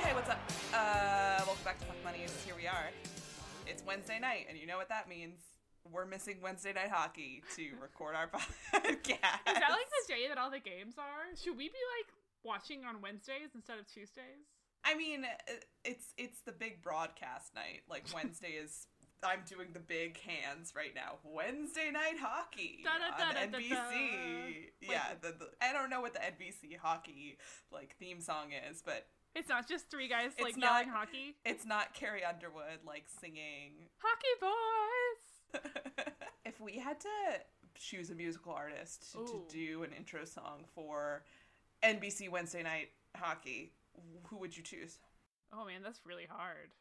Hey, what's up? Uh, welcome back to Fuck Money's. Here we are. It's Wednesday night, and you know what that means. We're missing Wednesday night hockey to record our podcast. Is that like the day that all the games are? Should we be like watching on Wednesdays instead of Tuesdays? I mean, uh, it's it's the big broadcast night. Like Wednesday is. I'm doing the big hands right now. Wednesday night hockey Da, da, da, on da, da, NBC. da. Yeah, the, the, I don't know what the NBC hockey like theme song is, but It's not just three guys It's like not- yelling hockey. it's not Carrie Underwood like singing Hockey boys. if we had to choose a musical artist to, to Ooh. do an intro song for NBC Wednesday Night Hockey, who would you choose? Oh man, that's really hard.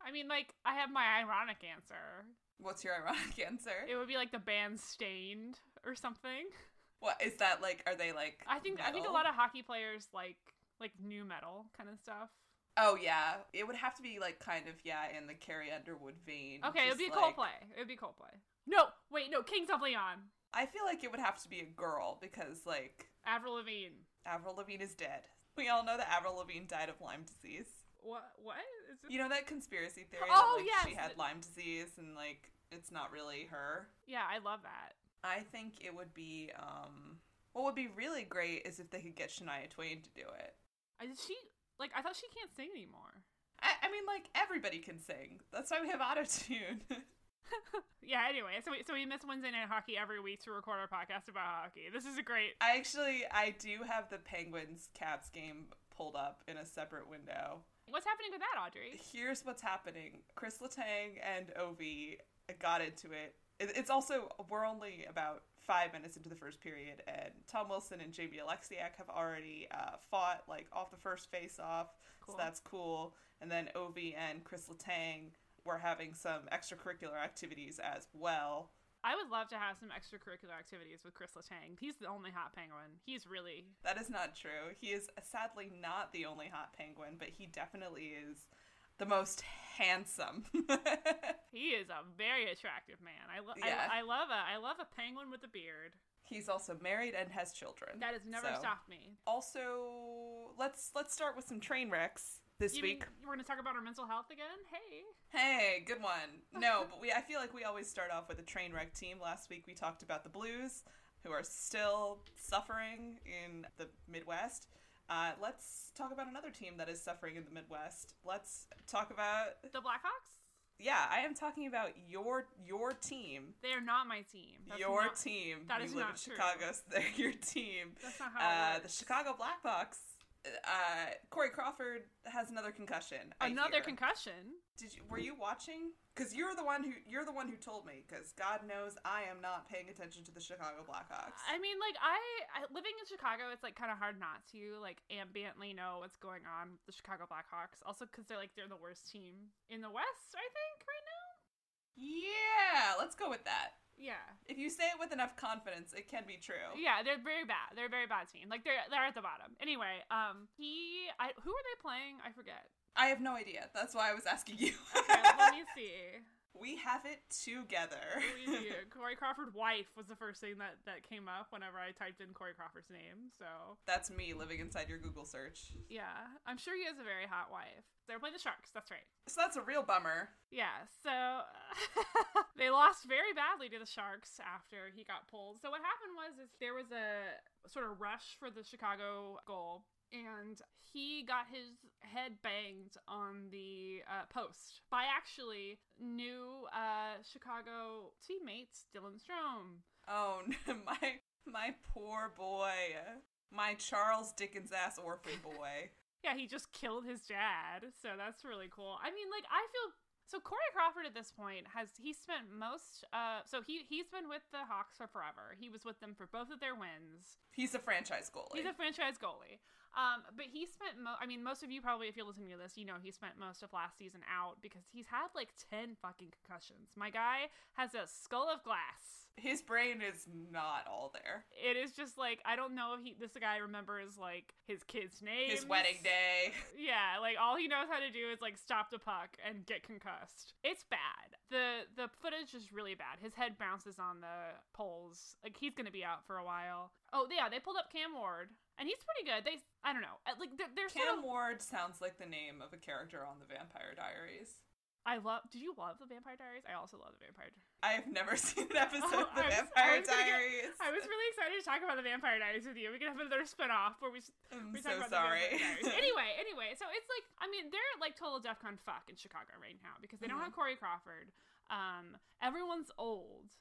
I mean, like I have my ironic answer. What's your ironic answer? It would be like the band Stained or something. what is that like? Are they like? I think I think a metal? lot of hockey players like like new metal kind of stuff. Oh yeah, it would have to be like kind of yeah in the Carrie Underwood vein. Okay, it just would be like- Coldplay. It would be Coldplay. No, wait, no, Kings of Leon. I feel like it would have to be a girl because like Avril Lavigne. Avril Lavigne is dead. We all know that Avril Lavigne died of Lyme disease. What? What? Is this- You know that conspiracy theory Oh, that like, she yes. had Lyme disease and like it's not really her? yeah, I love that. I think it would be um what would be really great is if they could get Shania Twain to do it. I did she like I thought she can't sing anymore. I, I mean like everybody can sing. That's why we have autotune. Yeah. Anyway, so we, so we miss Wednesday night hockey every week to record our podcast about hockey. This is a great. I actually I do have the Penguins Caps game pulled up in a separate window. What's happening with that, Audrey? Here's what's happening. Chris Letang and Ovi got into it. It- It's also we're only about five minutes into the first period, and Tom Wilson and Jamie Alexiak have already uh, fought like off the first face off. Cool. So that's cool. And then Ovi and Chris Letang were having some extracurricular activities as well. I would love to have some extracurricular activities with Chris Letang. He's the only hot penguin. He's really That is not true. He is sadly not the only hot penguin, but he definitely is the most handsome. he is a very attractive man. I, lo- Yeah. I, I love a I love a penguin with a beard. He's also married and has children. That has never So- stopped me. Also, let's let's start with some train wrecks this You mean week. we're gonna talk about our mental health again? Hey, Hey, good one. No, but we I feel like we always start off with a train wreck team. Last week we talked about the Blues, who are still suffering in the Midwest. Uh, let's talk about another team that is suffering in the Midwest. Let's talk about the Blackhawks. yeah, I am talking about your your team, They are not my team. That's your not- team. that you is live not in true. Chicago, so they're your team. That's not how. Uh, it the works. Chicago Blackhawks. Uh, Corey Crawford has another concussion. I Another hear. concussion. Did you were you watching? Because you're the one who you're the one who told me. Because God knows I am not paying attention to the Chicago Blackhawks. I mean, like I, I living in Chicago, it's like kind of hard not to like ambiently know what's going on with the Chicago Blackhawks. Also, because they're like they're the worst team in the West, I think, right now. yeah, let's go with that. Yeah, If you say it with enough confidence, it can be true. yeah, they're very bad. They're a very bad team. Like they're they're at the bottom. Anyway, um, he, I, who are they playing? I forget. I have no idea. That's why I was asking you. Okay, let me see. We have it together. We do. Corey Crawford wife was the first thing that, that came up whenever I typed in Corey Crawford's name. So That's me living inside your Google search. yeah, I'm sure he has a very hot wife. They're playing the Sharks. That's right. So that's a real bummer. Yeah, so they lost very badly to the Sharks after he got pulled. So what happened was is there was a sort of rush for the Chicago goal and he got his head banged on the uh, post by actually new uh, Chicago teammates Dylan Strom. Oh, n- my my poor boy. My Charles Dickens ass orphan boy. Yeah, he just killed his dad. So that's really cool. I mean, like I feel so Corey Crawford at this point has he spent most uh so he he's been with the Hawks for forever. He was with them for both of their wins. He's a franchise goalie. He's a franchise goalie. Um but he spent mo- I mean most of you probably if you're listening to this, you know he spent most of last season out because he's had like 10 fucking concussions. My guy has a skull of glass His brain is not all there. it is just like I don't know if he this guy remembers like his kids' names, His wedding day. Yeah, like all he knows how to do is like stop the puck and get concussed. It's bad. The the footage is really bad. His head bounces on the poles. Like he's gonna be out for a while. Oh yeah, they pulled up Cam Ward, and he's pretty good. They I don't know. Uh, Like they're, they're sort Cam of. Ward sounds like the name of a character on the Vampire Diaries. I love. Did you love the Vampire Diaries? I also love the Vampire. Diaries. I have never seen an episode Oh, of the I was- I Vampire was gonna get- Diaries. I was really excited to talk about the Vampire Diaries with you. We could have another spin off where we s- I'm We so talk about the sorry. Vampire Diaries. anyway, anyway, so it's like I mean they're at, like total DefCon fuck in Chicago right now because they don't Mm-hmm. have Corey Crawford. Um, everyone's old,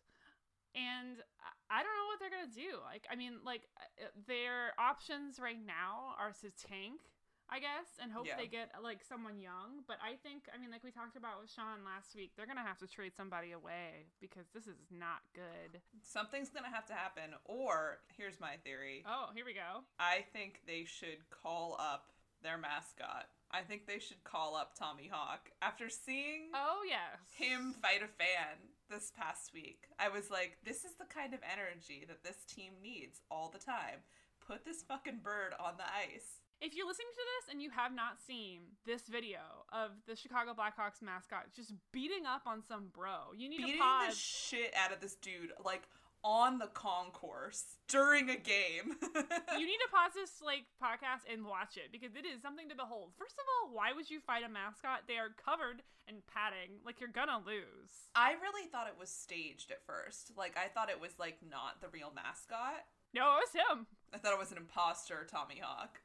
and I- I don't know what they're gonna do. Like I mean, like uh, their options right now are to tank. I guess, and hope Yeah. they get uh, like someone young. But I think, I mean, like we talked about with Sean last week, they're gonna have to trade somebody away because this is not good. Something's gonna have to happen, or here's my theory. Oh, here we go. I think they should call up their mascot. I think they should call up Tommy Hawk. After seeing Oh yes, him fight a fan this past week, I was like, this is the kind of energy that this team needs all the time. Put this fucking bird on the ice. If you're listening to this and you have not seen this video of the Chicago Blackhawks mascot just beating up on some bro, you need to Beating the pause. shit out of this dude, like on the concourse during a game. you need to pause this like podcast and watch it because it is something to behold. First of all, why would you fight a mascot? They are covered in padding, like you're gonna lose. I really thought it was staged at first. Like I thought it was like not the real mascot. No, it was him, I thought it was an imposter, Tommy Hawk.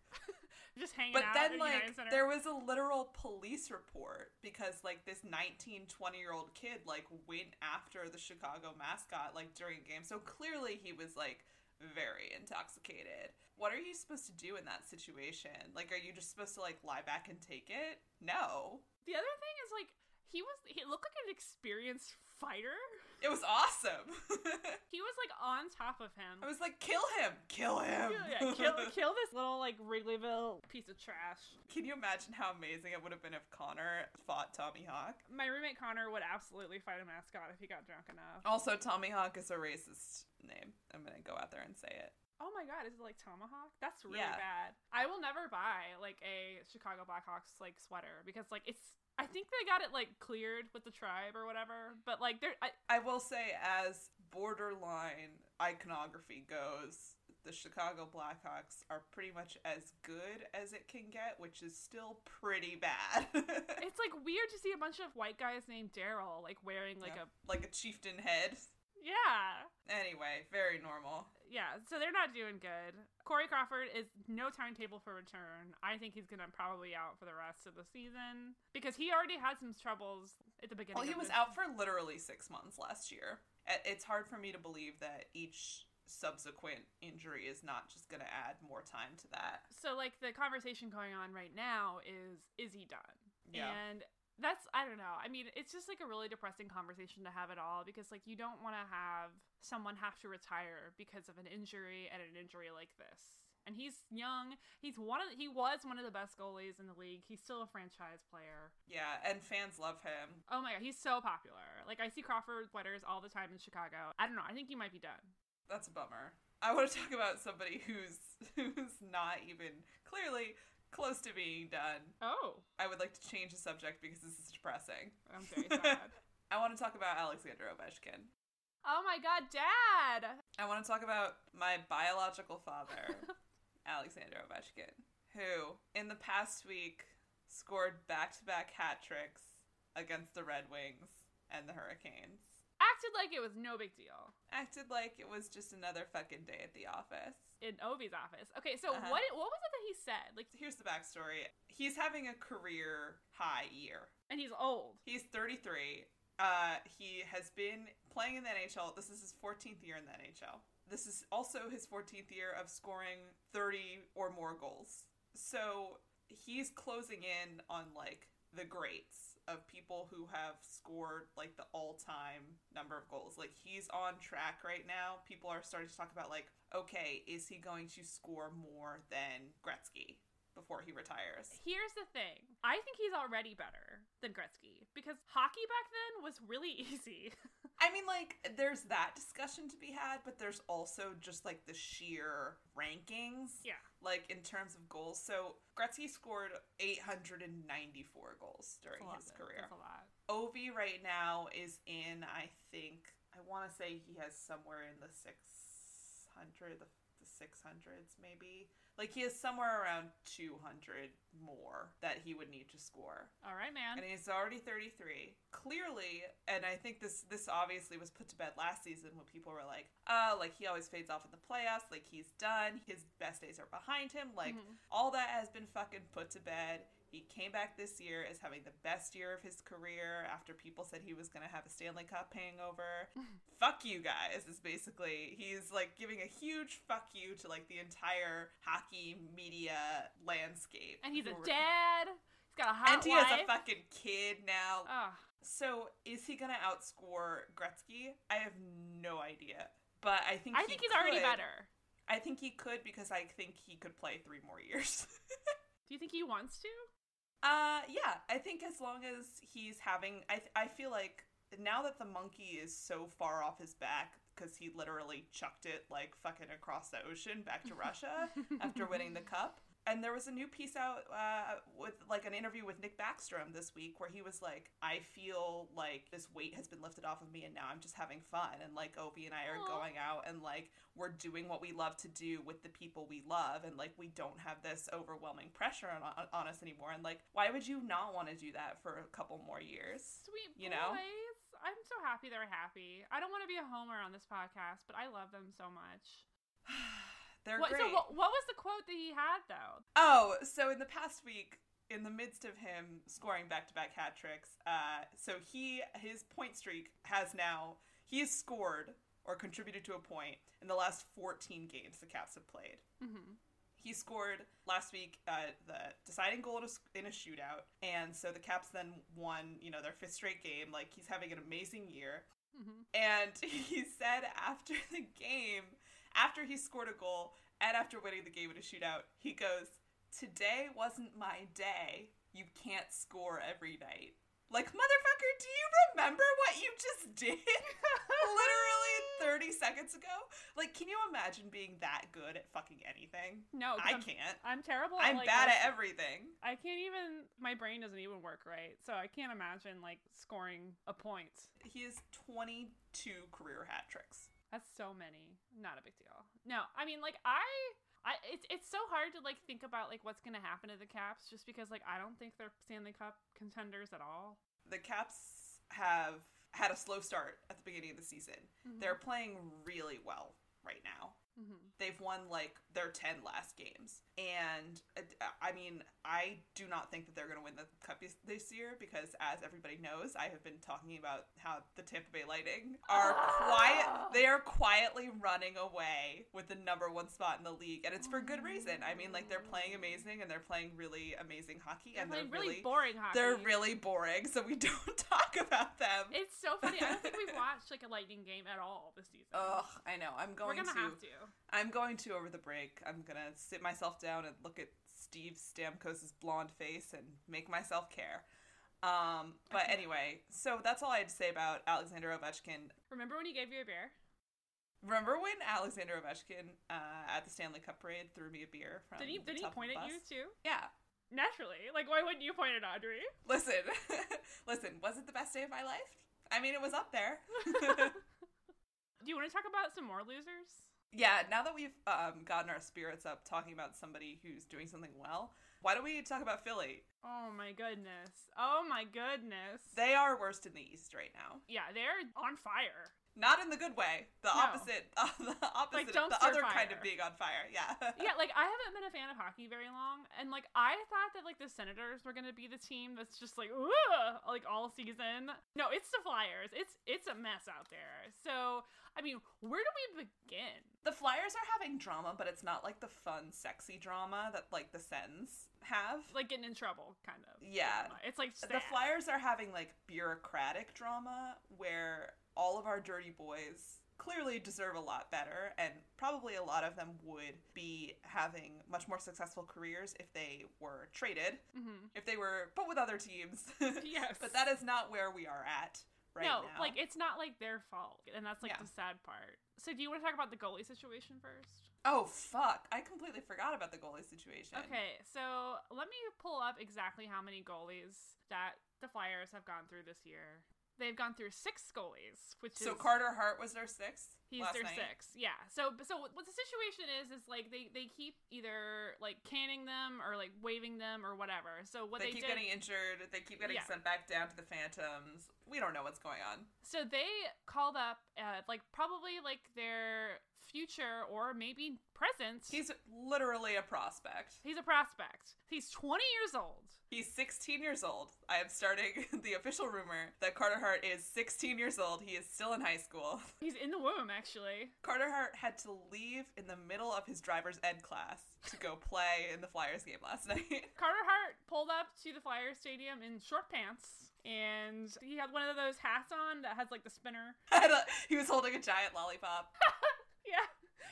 just hanging But out. at then the like United Center. there was a literal police report because like this 19, 20 year old kid like went after the Chicago mascot like during a game. So clearly he was like very intoxicated. What are you supposed to do in that situation? Like are you just supposed to like lie back and take it? No. the other thing is like he was. He looked like an experienced fighter. It was awesome. He was like on top of him. I was like kill him. Kill him. yeah, kill, kill this little like Wrigleyville piece of trash. Can you imagine how amazing it would have been if Connor fought Tommy Hawk? My roommate Connor would absolutely fight a mascot if he got drunk enough. Also, Tommy Hawk is a racist name. I'm gonna go out there and say it. Oh my god, is it like tomahawk? That's really Yeah. bad. I will never buy like a Chicago Blackhawks like sweater because like it's. I think they got it like cleared with the tribe or whatever, but like they're. I, I will say, as borderline iconography goes, the Chicago Blackhawks are pretty much as good as it can get, which is still pretty bad. it's like weird to see a bunch of white guys named Daryl like wearing like Yeah, like a chieftain head. a yeah. Anyway, very normal. Yeah, so they're not doing good. Corey Crawford is no timetable for return. I think he's gonna probably out for the rest of the season because he already had some troubles at the beginning. Well, he of was this- out for literally six months last year. I- It's hard for me to believe that each subsequent injury is not just going to add more time to that. So like the conversation going on right now is is he done? Yeah. And that's I don't know. I mean, it's just like a really depressing conversation to have at all because like you don't want to have someone have to retire because of an injury and an injury like this. And he's young. He's one of the, he was one of the best goalies in the league. He's still a franchise player. Yeah, and fans love him. Oh my god, he's so popular. Like I see Crawford sweaters all the time in Chicago. I don't know. I think he might be done. That's a bummer. I want to talk about somebody who's who's not even clearly close to being done. Oh, I would like to change the subject because this is depressing. I'm very sad. I want to talk about Alexander Ovechkin. Oh my god, Dad! I want to talk about my biological father, Alexander Ovechkin, who in the past week scored back-to-back hat tricks against the Red Wings and the Hurricanes. Acted like it was no big deal Acted like it was just another fucking day at the office. in Ovi's office. Okay, so Uh-huh. what what was it that he said? Like, Here's the backstory. He's having a career high year. and he's old. He's 33. Uh, he has been playing in the NHL. This is his 14th year in the NHL. This is also his 14th year of scoring 30 or more goals. So he's closing in on like the greats of people who have scored like the all-time number of goals. Like he's on track right now. People are starting to talk about like, okay, is he going to score more than Gretzky before he retires? Here's the thing. I think he's already better than Gretzky because hockey back then was really easy. I mean, like, there's that discussion to be had, but there's also just like the sheer rankings, yeah. like in terms of goals. So Gretzky scored 894 goals during his career. That's a lot. Ovi right now is in, I think, I want to say he has somewhere in the 600, the, the 600s maybe. Like, he has somewhere around 200 more that he would need to score All right, man. and he's already 33 clearly and i think this this obviously was put to bed last season when people were like uh like he always fades off in the playoffs like he's done his best days are behind him like Mhm. all that has been fucking put to bed he came back this year as having the best year of his career after people said he was going to have a Stanley Cup hangover. fuck you guys is basically he's like giving a huge fuck you to like the entire hockey media landscape. And he's a Who were- dad. He's got a hot And he wife. has a fucking kid now. Ugh. So is he gonna outscore Gretzky? I have no idea, but I think I he think he's already could. better. I think he could because I think he could play three more years. Do you think he wants to? uh, yeah, I think as long as he's having, I I feel like now that the monkey is so far off his back because he literally chucked it like fucking across the ocean back to Russia after Mm-hmm. winning the cup. And there was a new piece out uh, with like an interview with Nick Backstrom this week where he was like, I feel like this weight has been lifted off of me and now I'm just having fun. And like Opie and I are Aw. going out and like we're doing what we love to do with the people we love. And like we don't have this overwhelming pressure on, on, on us anymore. And like, why would you not want to do that for a couple more years? Sweet You you know? know? boys. I'm so happy they're happy. I don't want to be a homer on this podcast, but I love them so much. They're What, great. so what, what was the quote that he had though? Oh, so in the past week, in the midst of him scoring back-to-back hat tricks, uh, so he his point streak has now he has scored or contributed to a point in the last 14 games the Caps have played. hmm He scored last week uh, the deciding goal in a, s- in a shootout, and so the Caps then won. You know their fifth straight game. Like he's having an amazing year. hmm And he said after the game, after he scored a goal and after winning the game in a shootout, he goes, Today wasn't my day. You can't score every night. Like, motherfucker, do you remember what you just did? Literally 30 seconds ago? Like, can you imagine being that good at fucking anything? No, 'cause I I'm- can't. I'm terrible. at, I'm like, bad most- at everything. I can't even. My brain doesn't even work right, so I can't imagine like scoring a point. He has 22 career hat tricks. That's so many. Not a big deal. No, I mean like I I it's it's so hard to like think about like what's going to happen to the Caps just because like I don't think they're Stanley Cup contenders at all. the Caps have had a slow start at the beginning of the season. They're playing really well right now. hmm They've won like their 10 last games. And uh, I mean, I do not think that they're going to win the cup this- this year because, as everybody knows, I have been talking about how the Tampa Bay Lightning are quiet. They are quietly running away with the number one spot in the league. And it's for good reason. I mean, like, they're playing amazing and they're playing really amazing hockey. They're and playing they're really, boring hockey. they're really boring, so we don't talk about them. It's so funny. I don't think we've watched like a Lightning game at all this season. Ugh, I know. I'm going We're gonna to. have to. I'm going to over the break. I'm gonna sit myself down and look at Steve Stamkos's blonde face and make myself care. Um, but Okay. anyway, so that's all I had to say about Alexander Ovechkin. Remember when he gave you a beer? Remember when Alexander Ovechkin uh, at the Stanley Cup parade threw me a beer from? Did he the did he top of point the at you bus? too? Yeah. Naturally. Like why wouldn't you point at Audrey? Listen, listen. Was it the best day of my life? I mean, it was up there. Do you want to talk about some more losers? yeah, now that we've um, gotten our spirits up talking about somebody who's doing something well, why don't we talk about Philly? Oh my goodness. Oh my goodness. They are worst in the East right now. yeah, they're on fire. Not in the good way. The No. opposite. Uh, the opposite. of dumpster the other kind fire. of being on fire. Yeah. Yeah, like I haven't been a fan of hockey very long, and like I thought that like the Senators were gonna be the team that's just like Ugh, like all season. No, it's the Flyers. It's it's a mess out there. So I mean, where do we begin? The Flyers are having drama, but it's not like the fun, sexy drama that like the Sens have. Like getting in trouble, kind of. Yeah. It's like The sad. Flyers are having like bureaucratic drama where all of our dirty boys clearly deserve a lot better and probably a lot of them would be having much more successful careers if they were traded, Mhm. if they were put with other teams. Yes. But that is not where we are at right no, now. like it's not like their fault, and that's like Yeah. the sad part. So do you want to talk about the goalie situation first? Oh fuck! I completely forgot about the goalie situation. Okay, so let me pull up exactly how many goalies that the Flyers have gone through this year. They've gone through six goalies, which So is Carter Hart was their sixth. He's last their night. six, yeah. So, so what the situation is is like they they keep either like canning them or like waving them or whatever. So what They, they, keep did, getting injured. They keep getting Yeah. sent back down to the Phantoms. We don't know what's going on. so they called up uh, like probably like their future or maybe present. He's literally a prospect. he's a prospect. He's twenty years old. He's 16 years old. I am starting the official rumor that Carter Hart is 16 years old. He is still in high school. He's in the womb actually. Carter Hart had to leave in the middle of his driver's ed class to go play in the Flyers game last night. Carter Hart pulled up to the Flyers Stadium in short pants, and he had one of those hats on that has like the spinner. Had a- he was holding a giant lollipop. Yeah.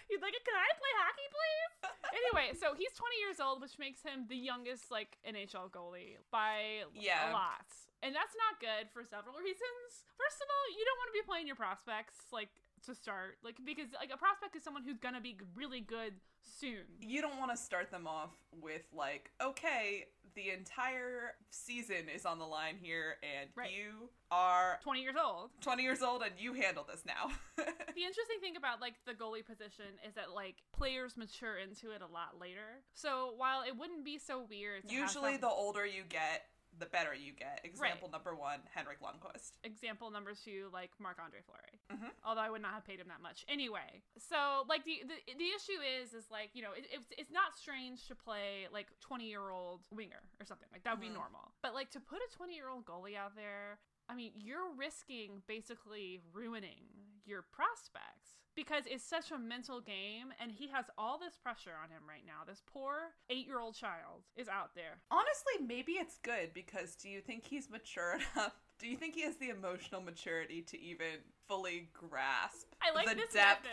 He's like, Can I play hockey, please? anyway, so he's 20 years old, which makes him the youngest, like, NHL goalie by Yeah. a lot. And that's not good for several reasons. First of all, you don't want to be playing your prospects, like, to start, like, because, like, a prospect is someone who's going to be really good soon. you don't want to start them off with like okay the entire season is on the line here and Right. you are 20 years old. 20 years old and you handle this now The interesting thing about like the goalie position is that like players mature into it a lot later. So while it wouldn't be so weird, to have usually some- the older you get the better you get example number one henrik lundquist example number two like Marc Andre Fleury. Mhm. Although I would not have paid him that much anyway. So like the the, the issue is is like you know it, it's it's not strange to play like twenty year old winger or something like that would Mhm. be normal. But like to put a twenty year old goalie out there. I mean, you're risking basically ruining your prospects because it's such a mental game, and he has all this pressure on him right now. This poor eight year old child is out there. honestly maybe it's good because do you think he's mature enough do you think he has the emotional maturity to even fully grasp I like the this depth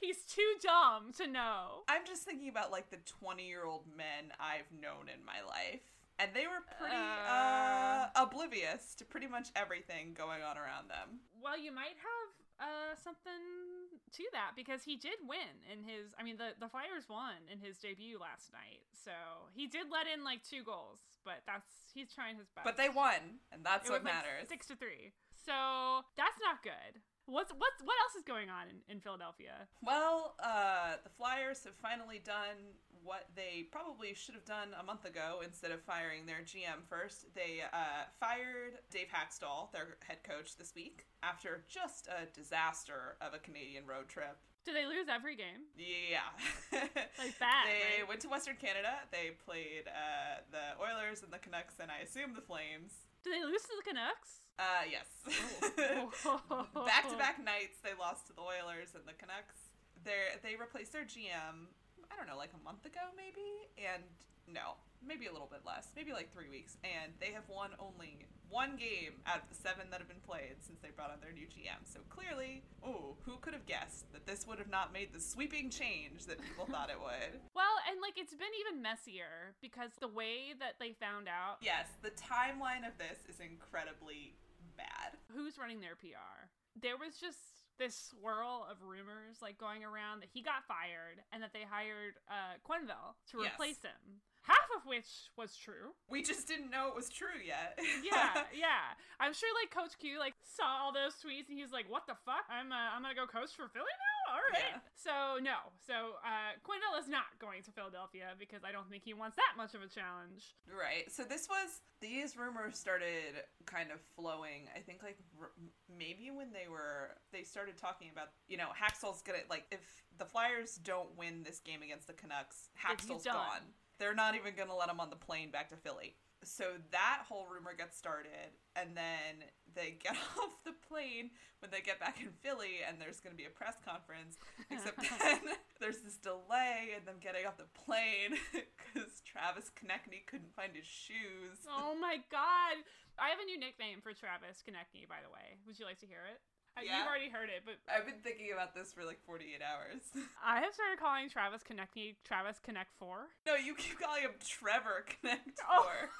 He's too dumb to know. I'm just thinking about like the 20 year old men I've known in my life. And they were pretty uh, Uh. oblivious to pretty much everything going on around them. Well, you might have uh, something to that because he did win in his. I mean, the the Flyers won in his debut last night, so he did let in like two goals, but that's he's trying his best. But they won, and that's It what was, like, matters. six to three. So that's not good. What's what's what else is going on in, in Philadelphia? Well, uh, the Flyers have finally done what they probably should have done a month ago instead of firing their GM first. They uh, fired Dave Hackstall, their head coach, this week after just a disaster of a Canadian road trip. Do they lose every game? Yeah. Like that, They right? went to Western Canada. They played uh, the Oilers and the Canucks, and I assume the Flames. Do they lose to the Canucks? Uh, yes. Oh, Back to back nights, they lost to the Oilers and the Canucks. They they replaced their GM. I don't know, like a month ago, maybe, and no, maybe a little bit less, maybe like three weeks, and they have won only one game out of the seven that have been played since they brought on their new GM. So clearly, ooh, who could have guessed that this would have not made the sweeping change that people thought it would? Well, and like it's been even messier because the way that they found out Yes, the timeline of this is incredibly bad. who's running their PR. There was just this swirl of rumors like going around that he got fired and that they hired uh, Quenville to Yes. replace him. Half of which was true. We just didn't know it was true yet. Yeah, yeah. I'm sure like Coach Q like saw all those tweets and he was like, "What the fuck? I'm uh, I'm gonna go coach for Philly now." All right. Yeah. So no. So uh, Quenville is not going to Philadelphia because I don't think he wants that much of a challenge. Right. So this was these rumors started kind of flowing. I think like r- maybe when they were they started talking about you know Haxel's gonna like if the Flyers don't win this game against the Canucks, Like, he's Haxel's done. gone. They're not even gonna let him on the plane back to Philly. So that whole rumor gets started, and then they get off the plane when they get back in Philly, and there's going to be a press conference. Except then there's this delay in them getting off the plane because Travis Konechny couldn't find his shoes. Oh my god. I have a new nickname for Travis Konechny, by the way. Would you like to hear it? Uh, Yeah. You've already heard it, but I've been thinking about this for like 48 hours. I have started calling Travis Konechny Travis Connect 4. no, you keep calling him Trevor Connect Oh. Four.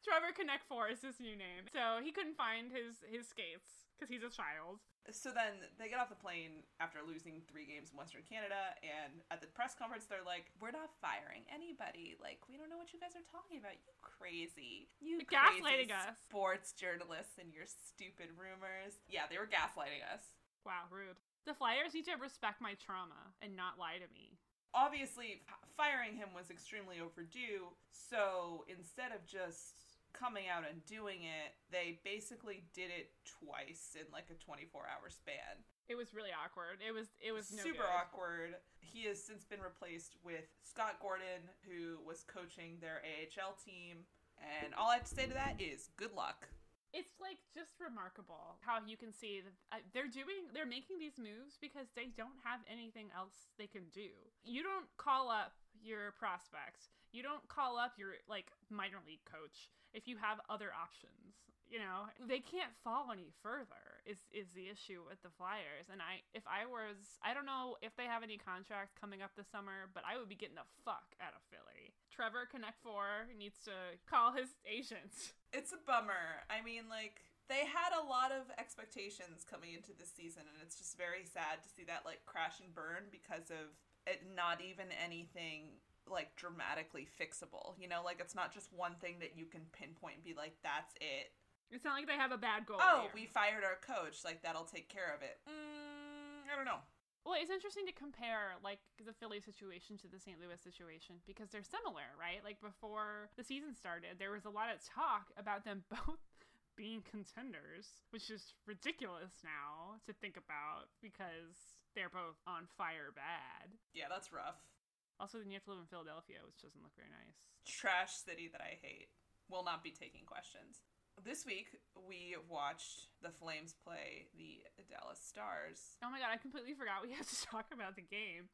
Trevor Connect 4 is his new name. So he couldn't find his his skates because he's a child. So then they get off the plane after losing three games in Western Canada, and at the press conference, they're like, "We're not firing anybody. Like, we don't know what you guys are talking about. You crazy, you They're gaslighting crazy us. sports journalists and your stupid rumors." Yeah, they were gaslighting us. Wow, rude. The Flyers need to respect my trauma and not lie to me. Obviously, f- firing him was extremely overdue. So instead of just coming out and doing it, they basically did it twice in like a 24-hour span. It was really awkward. It was it was no super good. awkward. He has since been replaced with Scott Gordon, who was coaching their AHL team. And all I have to say to that is good luck. It's like just remarkable how you can see that uh, they're doing, they're making these moves because they don't have anything else they can do. You don't call up your prospects. You don't call up your like minor league coach if you have other options. You know, they can't fall any further. Is is the issue with the Flyers? And I, if I was, I don't know if they have any contracts coming up this summer, but I would be getting the fuck out of Philly. Trevor Connect Four needs to call his agents. It's a bummer. I mean, like, they had a lot of expectations coming into this season, and it's just very sad to see that, like, crash and burn because of it not even anything, like, dramatically fixable. You know, like, it's not just one thing that you can pinpoint and be like, that's it. It's not like they have a bad goal. Oh, here. we fired our coach. Like, that'll take care of it. Mm, I don't know. Well, it's interesting to compare like the Philly situation to the St. Louis situation because they're similar, right? Like before the season started, there was a lot of talk about them both being contenders, which is ridiculous now to think about because they're both on fire bad. Yeah, that's rough. Also, then you have to live in Philadelphia, which doesn't look very nice. Trash city that I hate. Will not be taking questions. This week, we watched the Flames play the Dallas Stars. Oh my god, I completely forgot we have to talk about the game.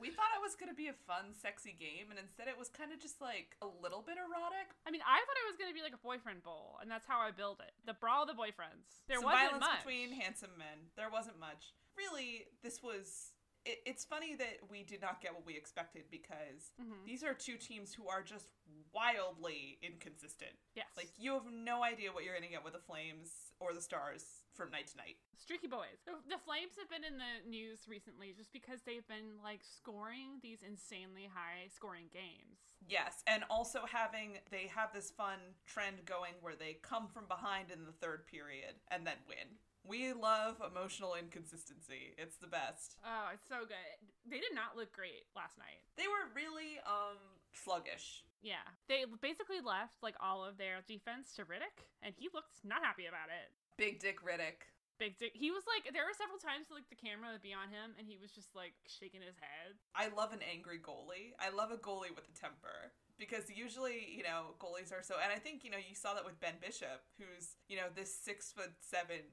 We thought it was going to be a fun, sexy game, and instead it was kind of just like a little bit erotic. I mean, I thought it was going to be like a boyfriend bowl, and that's how I built it. The brawl of the boyfriends. There Some wasn't violence much. between handsome men. There wasn't much. Really, this was. It, it's funny that we did not get what we expected because Mhm. these are two teams who are just wildly inconsistent. Yes. Like, you have no idea what you're going to get with the Flames or the Stars from night to night. Streaky boys. The, the Flames have been in the news recently just because they've been like scoring these insanely high scoring games. Yes, and also having they have this fun trend going where they come from behind in the third period and then win. We love emotional inconsistency. It's the best. Oh, it's so good. They did not look great last night. They were really um sluggish. Yeah. They basically left like all of their defense to Riddick, and he looked not happy about it. Big Dick Riddick. Big dick. He was like, there were several times like the camera would be on him, and he was just like shaking his head. I love an angry goalie. I love a goalie with a temper because usually, you know, goalies are so. And I think you know you saw that with Ben Bishop, who's you know this six foot seven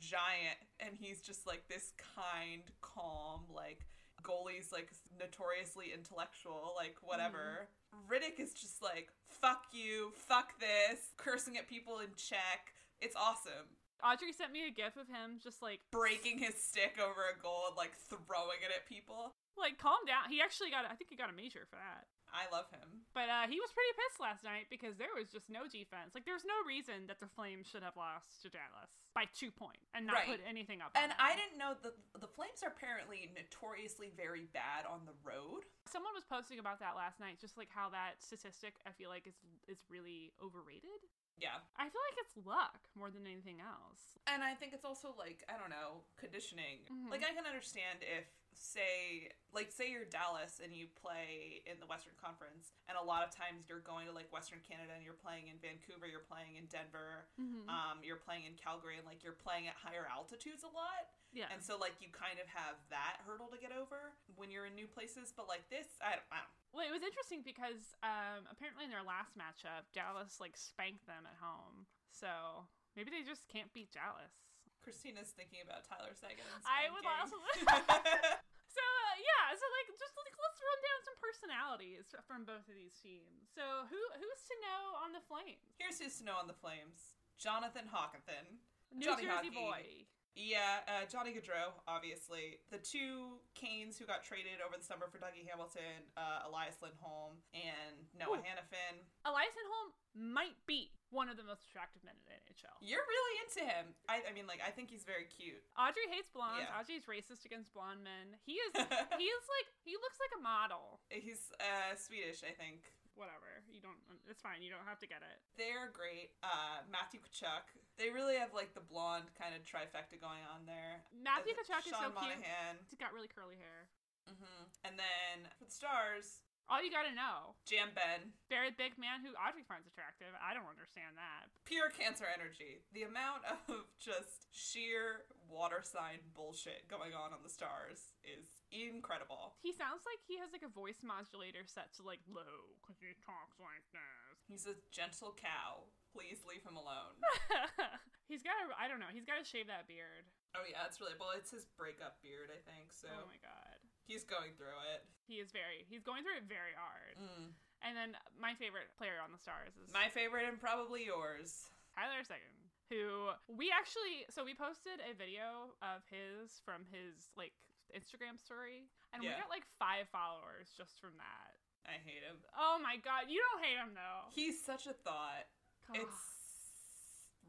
giant, and he's just like this kind, calm, like goalies like notoriously intellectual, like whatever. Riddick is just like fuck you, fuck this, cursing at people in check. It's awesome. Audrey sent me a gif of him just like Breaking his stick over a goal and like throwing it at people. like calm down. He actually got, I think he got a major for that. I love him. But uh, he was pretty pissed last night because there was just no defense. Like, there's no reason that the Flames should have lost to Dallas by two points and not Right. put anything up. on And them. I didn't know that the Flames are apparently notoriously very bad on the road. Someone was posting about that last night, just like how that statistic I feel like is is really overrated. Yeah. I feel like it's luck more than anything else. And I think it's also like, I don't know, conditioning. Mhm. Like I can understand if say like say you're Dallas and you play in the Western Conference and a lot of times you're going to like Western Canada and you're playing in Vancouver, you're playing in Denver, Mm-hmm. um, you're playing in Calgary and like you're playing at higher altitudes a lot. yeah. And so like you kind of have that hurdle to get over when you're in new places, but like this, I don't, I don't Well, it was interesting because um, apparently in their last matchup, Dallas like spanked them at home. So maybe they just can't beat Dallas. Christina's thinking about Tyler Sagan. and I would spanking. also- So uh, yeah, so like just like let's run down some personalities from both of these teams. So who who's to know on the Flames? Here's who's to know on the Flames: Jonathan Hawkinson, New Johnny Jersey Hockey. boy. yeah, uh, Johnny Gaudreau, obviously the two Canes who got traded over the summer for Dougie Hamilton, uh, Elias Lindholm, and Noah Ooh. Hannafin. Elias Holm might be one of the most attractive men in the NHL. You're really into him. I, I mean, like I think he's very cute. Audrey hates blondes. Yeah. Audrey's racist against blonde men. He is he is like he looks like a model. He's uh, Swedish, I think. Whatever. You don't it's fine. You don't have to get it. They're great. Uh, Matthew Kachuk. They really have like the blonde kind of trifecta going on there. Matthew Uh, Kachuk is Sean so cute. Monahan. He's got really curly hair. hmm And then for the Stars, All you got to know. Jam Ben. Very big man who Audrey finds attractive. I don't understand that. Pure cancer energy. The amount of just sheer water sign bullshit going on on the Stars is incredible. He sounds like he has like a voice modulator set to like low cuz he talks like this. He's a gentle cow. Please leave him alone. he's got to I don't know. He's got to shave that beard. oh yeah, it's really well. It's his breakup beard, I think. So Oh my god. he's going through it. He is very he's going through it very hard. Mm. And then my favorite player on the Stars is My favorite and probably yours. Tyler Seguin, who we actually so we posted a video of his from his like Instagram story, and Yeah. we got like five followers just from that. I hate him. Oh my god, you don't hate him though. He's such a thought. God. It's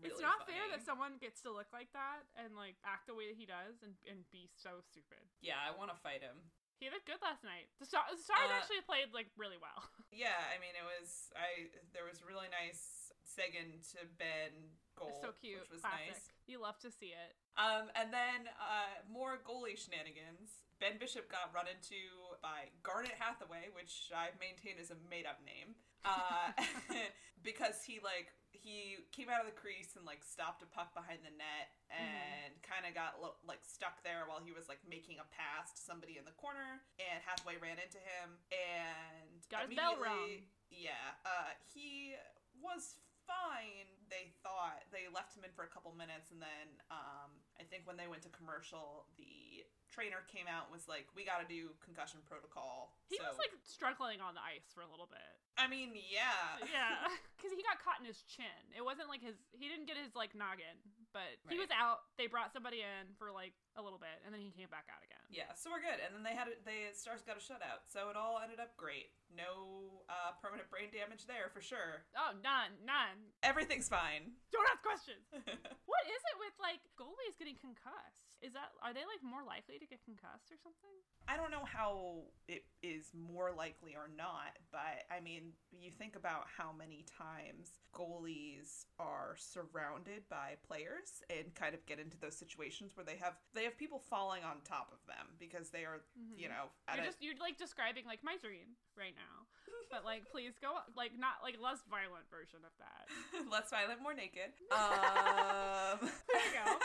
really it's not fair funny. that someone gets to look like that and like act the way that he does and, and be so stupid. Yeah, I want to fight him. He looked good last night. The, Star- the Stars Uh, actually played like really well. Yeah, I mean it was I there was really nice Segan to Ben goal, It's so cute, which was classic. nice. You love to see it. Um, and then uh, more goalie shenanigans. Ben Bishop got run into by Garnet Hathaway, which I maintain is a made up name, uh, because he like he came out of the crease and like stopped a puck behind the net and Mm-hmm. kind of got lo- like stuck there while he was like making a pass to somebody in the corner, and Hathaway ran into him and Got his bell immediately- Yeah, uh, he was fine. They thought they left him in for a couple minutes, and then um, I think when they went to commercial, the trainer came out and was like, "We got to do concussion protocol." He so, was like struggling on the ice for a little bit. "I mean, yeah, yeah because he got caught in his chin it wasn't like his he didn't get his like noggin but he Right. was out they brought somebody in for like a little bit and then he came back out again yeah." So we're good. And then they had a, they Stars got a shutout, so it all ended up great. No uh, permanent brain damage there for sure. oh none none Everything's fine. don't ask questions what is it with like goalies getting concussed is that are they like more likely to get concussed or something I don't know how it is more likely or not, but I mean, you think about how many times goalies are surrounded by players and kind of get into those situations where they have they have people falling on top of them because they are, you Mhm. know, at you're a, just you're like describing like my dream right now but like please go like not like less violent version of that less violent, more naked. Um, There you go.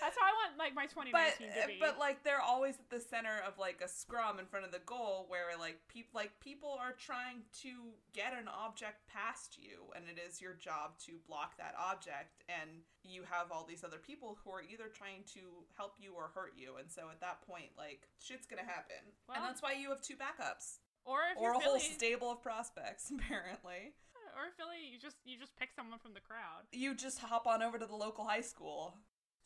that's how i want like my 2019 but eh, uh, to be but like they're always at the center of like a scrum in front of the goal where like people like people are trying to get an object past you and it is your job to block that object and you have all these other people who are either trying to help you or hurt you and so at that point like shit's gonna happen Well- and that's why you have two backups or if or a you're whole Philly, stable of prospects apparently or Philly, you just you just pick someone from the crowd. you just hop on over to the local high school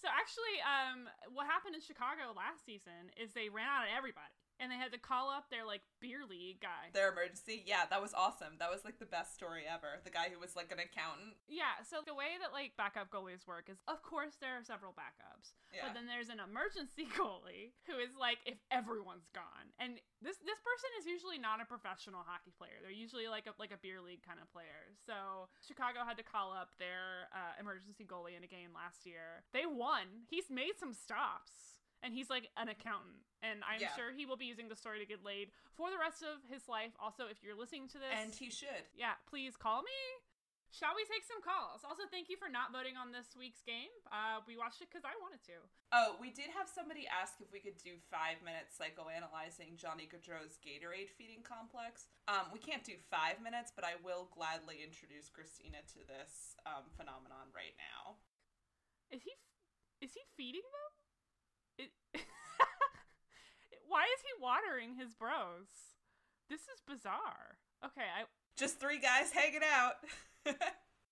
So actually, um, what happened in Chicago last season is they ran out of everybody. and they had to call up their like beer league guy. Their emergency. Yeah, that was awesome. That was like the best story ever. The guy who was like an accountant. yeah, so the way that like backup goalies work is of course there are several backups. Yeah. But then there's an emergency goalie who is like if everyone's gone. And this this person is usually not a professional hockey player. They're usually like a like a beer league kind of player. So Chicago had to call up their uh, emergency goalie in a game last year. They won. He's made some stops. And he's like an accountant, and I'm Yeah. sure he will be using the story to get laid for the rest of his life. Also, if you're listening to this, and he should. yeah, please call me. Shall we take some calls? Also, thank you for not voting on this week's game. Uh, we watched it because I wanted to. Oh, we did have somebody ask if we could do five minutes psychoanalyzing Johnny Gaudreau's Gatorade feeding complex. Um, we can't do five minutes, but I will gladly introduce Christina to this um, phenomenon right now. Is he is he feeding them? It, why is he watering his bros? This is bizarre. Okay, I just three guys hanging out.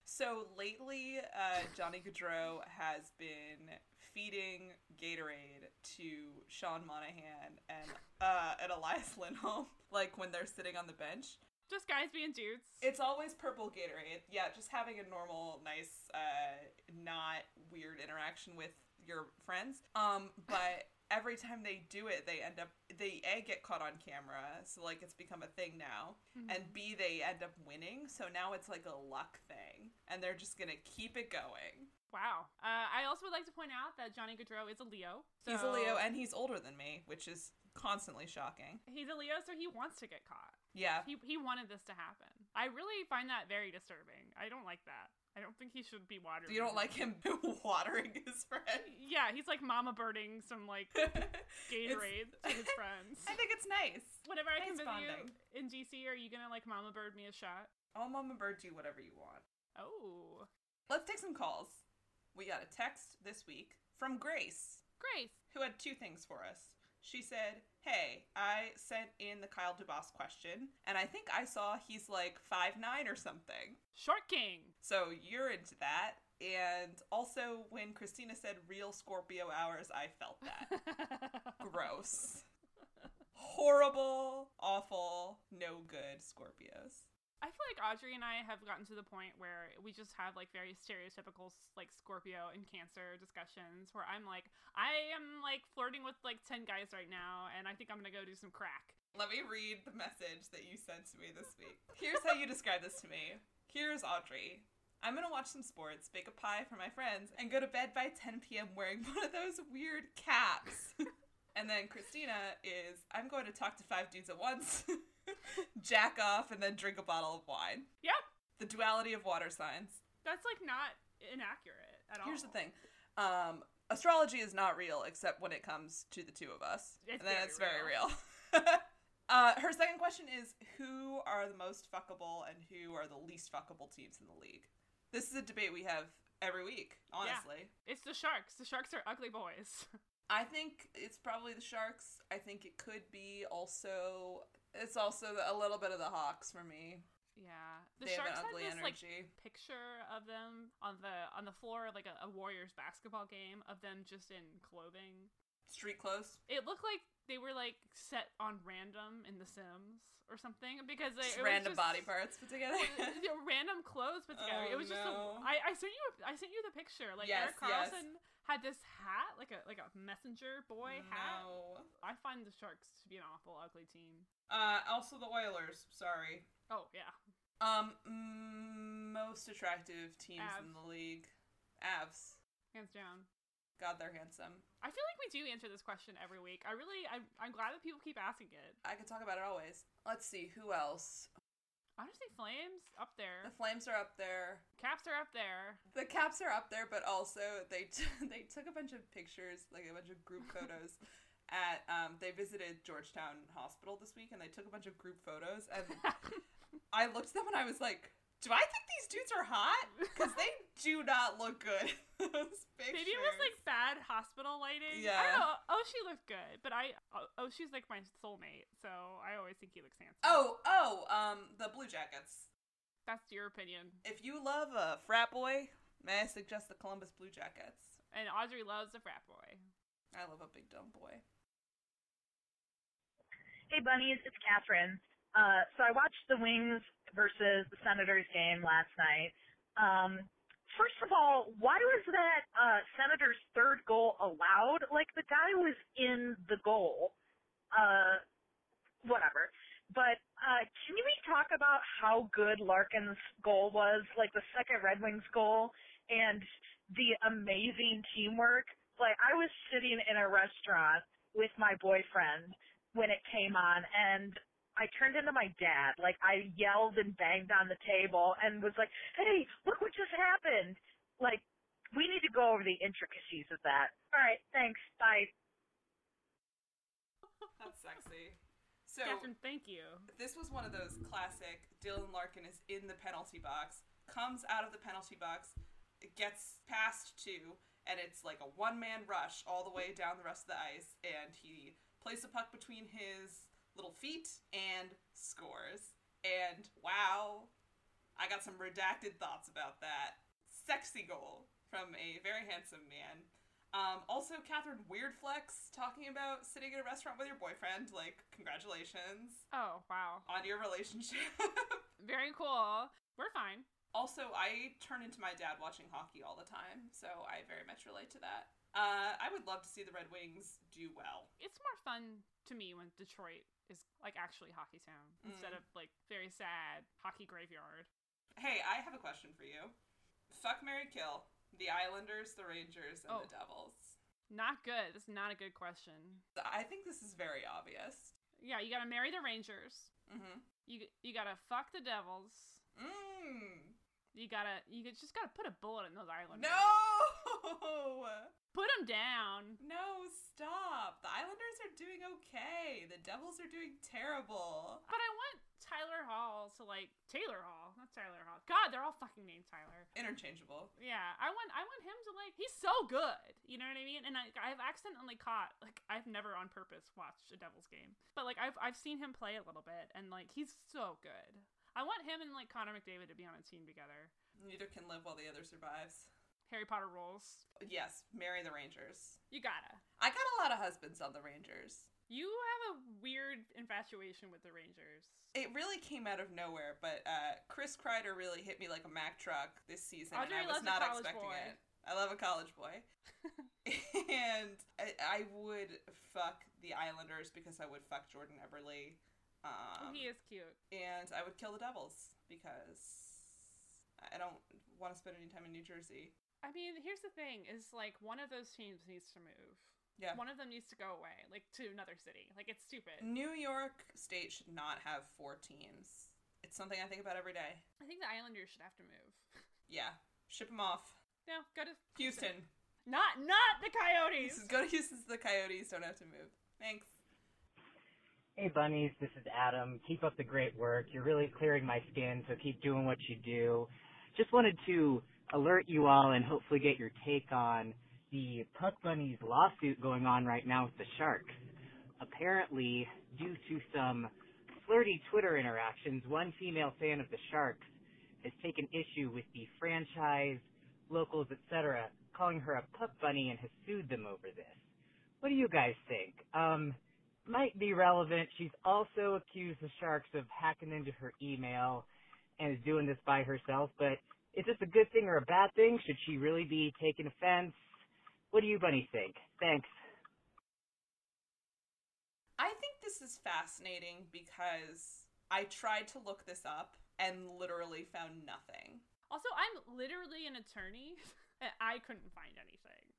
so lately, uh, Johnny Gaudreau has been feeding Gatorade to Sean Monahan and uh, and Elias Lindholm, like when they're sitting on the bench. just guys being dudes. It's always purple Gatorade. Yeah, just having a normal, nice, uh, not weird interaction with your friends. Um, but every time they do it, they end up they a get caught on camera, so like it's become a thing now. Mm-hmm. And b they end up winning, so now it's like a luck thing, and they're just gonna keep it going. wow. Uh, I also would like to point out that Johnny Gaudreau is a Leo. So He's a Leo, and he's older than me, which is constantly shocking. he's a Leo, so he wants to get caught. Yeah, He, he wanted this to happen. I really find that very disturbing. I don't like that. I don't think he should be watering. you don't like him watering his friend. Yeah, he's like mama birding some like Gatorade to his friends. I think it's nice. Whenever I can Nice visit bonding. you in GC, are you gonna like mama bird me a shot? Oh, Mama Bird, do whatever you want. Oh, Let's take some calls. We got a text this week from Grace, Grace. who had two things for us. She said, Hey, I sent in the Kyle DuBois question, and I think I saw he's like five nine or something. Short King. So you're into that. And also, when Christina said real Scorpio hours, I felt that. Gross. Horrible, awful, no good Scorpios. I feel like Audrey and I have gotten to the point where we just have like very stereotypical s- like Scorpio and Cancer discussions where I'm like, I am like flirting with like 10 guys right now and I think I'm gonna go do some crack. Let me read the message that you sent to me this week. Here's how you describe this to me. Here's Audrey. I'm gonna watch some sports, bake a pie for my friends, and go to bed by 10 p.m. wearing one of those weird caps. and then Christina is, I'm going to talk to five dudes at once, jack off, and then drink a bottle of wine. Yep, The duality of water signs. that's like not inaccurate at all. Here's the thing. Um, astrology is not real except when it comes to the two of us. It's and then very it's very real. real. uh, her second question is who are the most fuckable and who are the least fuckable teams in the league? This is a debate we have every week, honestly. It's the sharks. The sharks are ugly boys. I think it's probably the Sharks. I think it could be also it's also a little bit of the Hawks for me. yeah, they the have an sharks had ugly this energy. like picture of them on the on the floor of like a, a Warriors basketball game of them just in clothing. Street clothes. It looked like they were like set on random in The Sims or something because they, Just it was random just- body parts put together. you know, random clothes put together. Oh, it was just. no. A, I, I sent you. A, I sent you the picture. Like Yes, yes. Eric Carlson had this hat, like a like a messenger boy hat. No. I find the Sharks to be an awful, ugly team. Uh, also the Oilers. Sorry. Oh yeah, Um, mm, most attractive teams in Avs. the league. Avs. hands down. God, they're handsome. I feel like we do answer this question every week. I really, I, I'm glad that people keep asking it. I could talk about it always. Let's see who else. Honestly, Flames up The there, Flames are up there. Caps are up there. The Caps are up there, but also they t- they took a bunch of pictures, like a bunch of group photos. At um, they visited Georgetown Hospital this week, and they took a bunch of group photos. And I looked at them, and I was like, "Do I think these dudes are hot? Because they do not look good." in those Maybe it pictures. was like bad hospital lighting. I Yeah. don't know. Oh, she looked good, but I, oh, oh, she's like my soulmate, so I always think he looks handsome. Oh, oh, um, the Blue Jackets. that's your opinion. If you love a frat boy, may I suggest the Columbus Blue Jackets? And Audrey loves a frat boy. I love a big dumb boy. Hey, bunnies, it's Catherine. Uh, so I watched the Wings versus the Senators game last night. Um, first of all, why was that uh, Senators' third goal allowed? Like the guy was in the goal. Uh, whatever. But uh, can we talk about how good Larkin's goal was? Like the second Red Wings goal and the amazing teamwork. Like I was sitting in a restaurant with my boyfriend when it came on and I turned into my dad. Like I yelled and banged on the table and was like, "Hey, look what just happened!" Like we need to go over the intricacies of that. All right, thanks. Bye. That's sexy. So Catherine, thank you. this was one of those classic Dylan Larkin is in the penalty box, comes out of the penalty box, gets past two, and it's like a one man rush all the way down the rest of the ice, and he plays the puck between his little feet and scores. And wow, I got some redacted thoughts about that. Sexy goal from a very handsome man. Um, also, Catherine, weird flex talking about sitting in a restaurant with your boyfriend. Like, congratulations Oh, wow. on your relationship. Very cool. We're fine. also, I turn into my dad watching hockey all the time, so I very much relate to that. Uh, I would love to see the Red Wings do well. It's more fun to me when Detroit is like actually hockey town instead Mm. of like very sad hockey graveyard. Hey, I have a question for you. Fuck Mary Kill, the Islanders, the Rangers, and the Oh. Devils. Not good. That's not a good question. I think this is very obvious. Yeah, you gotta marry the Rangers. Mm-hmm. You you gotta fuck the Devils. Mm. You gotta you could- just gotta put a bullet in those Islanders. No! put them down. No, stop. The Islanders are doing okay. The Devils are doing terrible. But I want Tyler Hall to like Taylor Hall, not Tyler Hall. God, they're all fucking named Tyler. Interchangeable. Yeah, I want I want him to like he's so good. You know what I mean? And I I've accidentally caught like I've never on purpose watched a Devils game. But like I've I've seen him play a little bit and like he's so good. I want him and like Connor McDavid to be on a team together. Neither can live while the other survives. Harry Potter rules. Yes, marry the Rangers. You gotta. I got a lot of husbands on the Rangers. You have a weird infatuation with the Rangers. It really came out of nowhere, but uh, Chris Kreider really hit me like a Mack truck this season, Audrey and I was loves a not college expecting boy. it. I love a college boy. and I, I would fuck the Islanders because I would fuck Jordan Everly. Um, oh, he is cute. and I would kill the Devils because I don't want to spend any time in New Jersey. I mean, here's the thing: is like one of those teams needs to move. Yeah. Mm. One of them needs to go away, like to another city. Like it's stupid. New York State should not have four teams. It's something I think about every day. I think the Islanders should have to move. Yeah, ship them off. No, go to Houston. Not not the Coyotes. Go to Houston. so The Coyotes don't have to move. Thanks. Hey, bunnies, this is Adam. Keep up the great work. You're really clearing my skin, so keep doing what you do. Just wanted to alert you all and hopefully get your take on the Puck Bunnies lawsuit going on right now with the Sharks. Apparently, due to some flirty Twitter interactions, one female fan of the Sharks has taken issue with the franchise, locals, etc., calling her a puck bunny and has sued them over this. What do you guys think? Um, might be relevant. She's also accused the Sharks of hacking into her email and is doing this by herself. But is this a good thing or a bad thing? Should she really be taking offense? What do you bunnies think? Thanks. I think this is fascinating because I tried to look this up and literally found nothing. Also, I'm literally an attorney, and I couldn't find anything.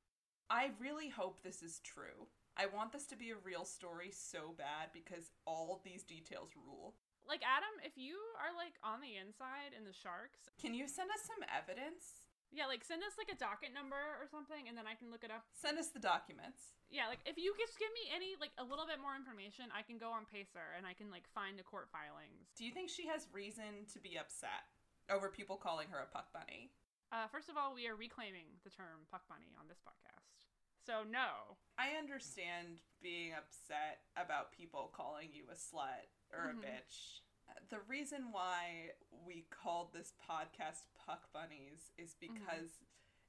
I really hope this is true. I want this to be a real story so bad because all these details rule. Like Adam, if you are like on the inside in the Sharks, Can you send us some evidence? yeah, like send us like a docket number or something, and then I can look it up. Send us the documents. Yeah, like if you just give me any like a little bit more information, I can go on Pacer and I can like find the court filings. Do you think she has reason to be upset over people calling her a puck bunny? Uh, first of all, we are reclaiming the term puck bunny on this podcast. So no, I understand being upset about people calling you a slut or a Mhm. bitch. The reason why we called this podcast Puck Bunnies is because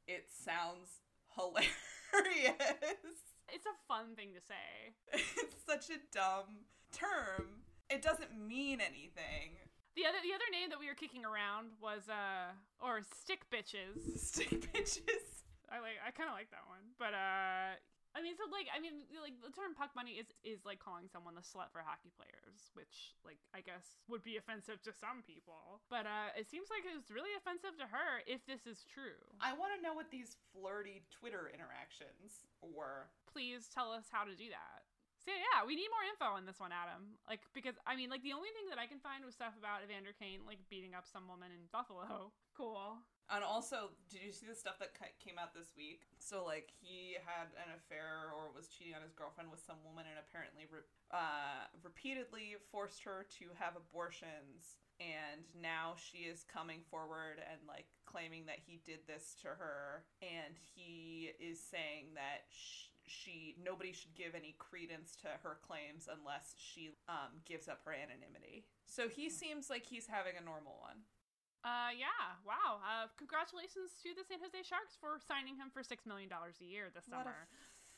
it sounds hilarious. it's a fun thing to say. it's such a dumb term, it doesn't mean anything. The other the other name that we were kicking around was uh or stick bitches. Stick bitches. I like I kind of like that one. But uh I mean so like I mean like the term puck money is is like calling someone a slut for hockey players, which like I guess would be offensive to some people. But uh it seems like it was really offensive to her if this is true. I want to know what these flirty Twitter interactions were. Please tell us how to do that. So yeah, we need more info on this one, Adam. Like because I mean, like the only thing that I can find was stuff about Evander Kane like beating up some woman in Buffalo. Cool. And also, did you see the stuff that ca- came out this week? So like he had an affair or was cheating on his girlfriend with some woman, and apparently re- uh, repeatedly forced her to have abortions. And now she is coming forward and like claiming that he did this to her, and he is saying that sh- she nobody should give any credence to her claims unless she um, gives up her anonymity. So he seems like he's having a normal one. Uh yeah, wow. Uh congratulations to the San Jose Sharks for signing him for 6 million dollars a year this What a summer.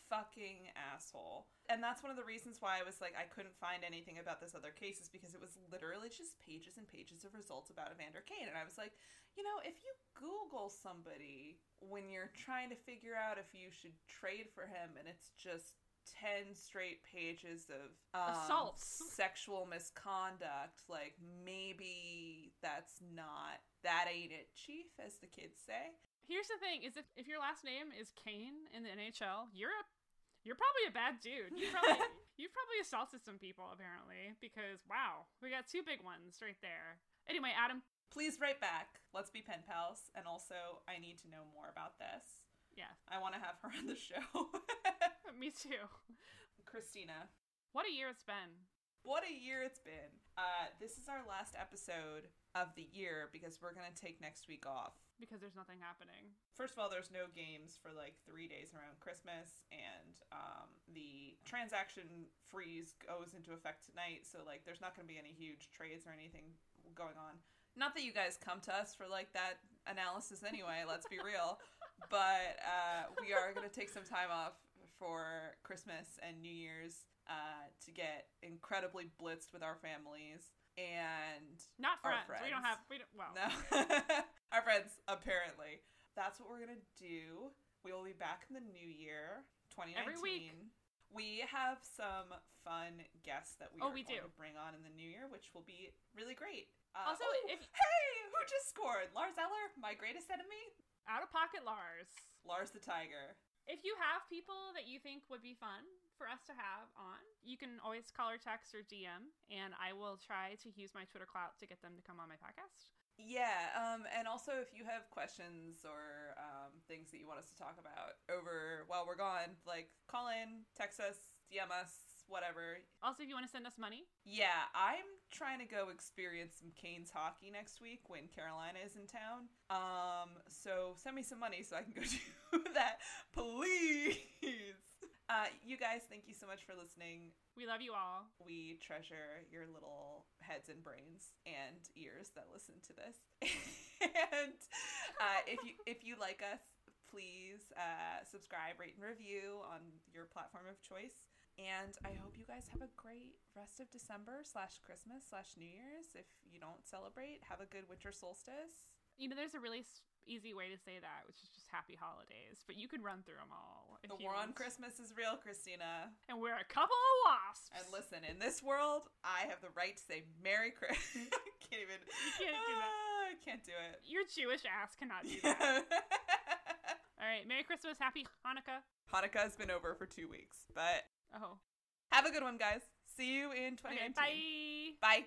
fucking asshole. And that's one of the reasons why I was like I couldn't find anything about this other case is because it was literally just pages and pages of results about Evander Kane and I was like, you know, if you google somebody when you're trying to figure out if you should trade for him and it's just 10 straight pages of um, Assaults. sexual misconduct like maybe that's not that ain't it chief as the kids say Here's the thing is if, if your last name is Kane in the NHL, you're a you're probably a bad dude. You probably you've probably assaulted some people apparently because wow, we got two big ones right there. Anyway, Adam, please write back. Let's be pen pals. And also, I need to know more about this. yeah, I want to have her on the show. me too. Christina, What a year it's been. what a year it's been. Uh, this is our last episode of the year because we're going to take next week off. Because there's nothing happening. First of all, there's no games for like three days around Christmas, and um, the transaction freeze goes into effect tonight. So like, there's not going to be any huge trades or anything going on. Not that you guys come to us for like that analysis anyway. let's be real, but uh, we are going to take some time off for Christmas and New Year's uh, to get incredibly blitzed with our families and Not Our friends. We don't friends. have we don't well no. Our friends, apparently. That's what we're going to do. We will be back in the new year, 2019. Every week. We have some fun guests that we are Oh, we going do. to bring on in the new year, which will be really great. Uh, Also, oh, if- hey, who just scored? Lars Eller, my greatest enemy? out of pocket Lars. Lars the Tiger. If you have people that you think would be fun for us to have on, you can always call or text or DM, and I will try to use my Twitter clout to get them to come on my podcast. Yeah, um, and also if you have questions or um, things that you want us to talk about over while we're gone, like call in, text us, DM us, whatever. Also, if you want to send us money, Yeah, I'm trying to go experience some Canes hockey next week when Carolina is in town. Um, so send me some money so I can go do that, please. Uh, you guys, thank you so much for listening. we love you all. We treasure your little heads and brains and ears that listen to this. and uh, if you if you like us, please uh, subscribe, rate, and review on your platform of choice. And I hope you guys have a great rest of December slash Christmas slash New Year's. If you don't celebrate, have a good winter solstice. You know, there's a really s- easy way to say that, which is just happy holidays, but you could run through them all. If The you war on want. Christmas is real, Christina. And we're a couple of wasps. And listen, in this world, I have the right to say Merry Christmas. I can't even. You can't do that. I can't do it. Your Jewish ass cannot do that. Hanukkah all right, Merry Christmas, Happy Hanukkah. has been over for two weeks, but Oh, have a good one, guys. See you in okay, 2019. bye. Bye.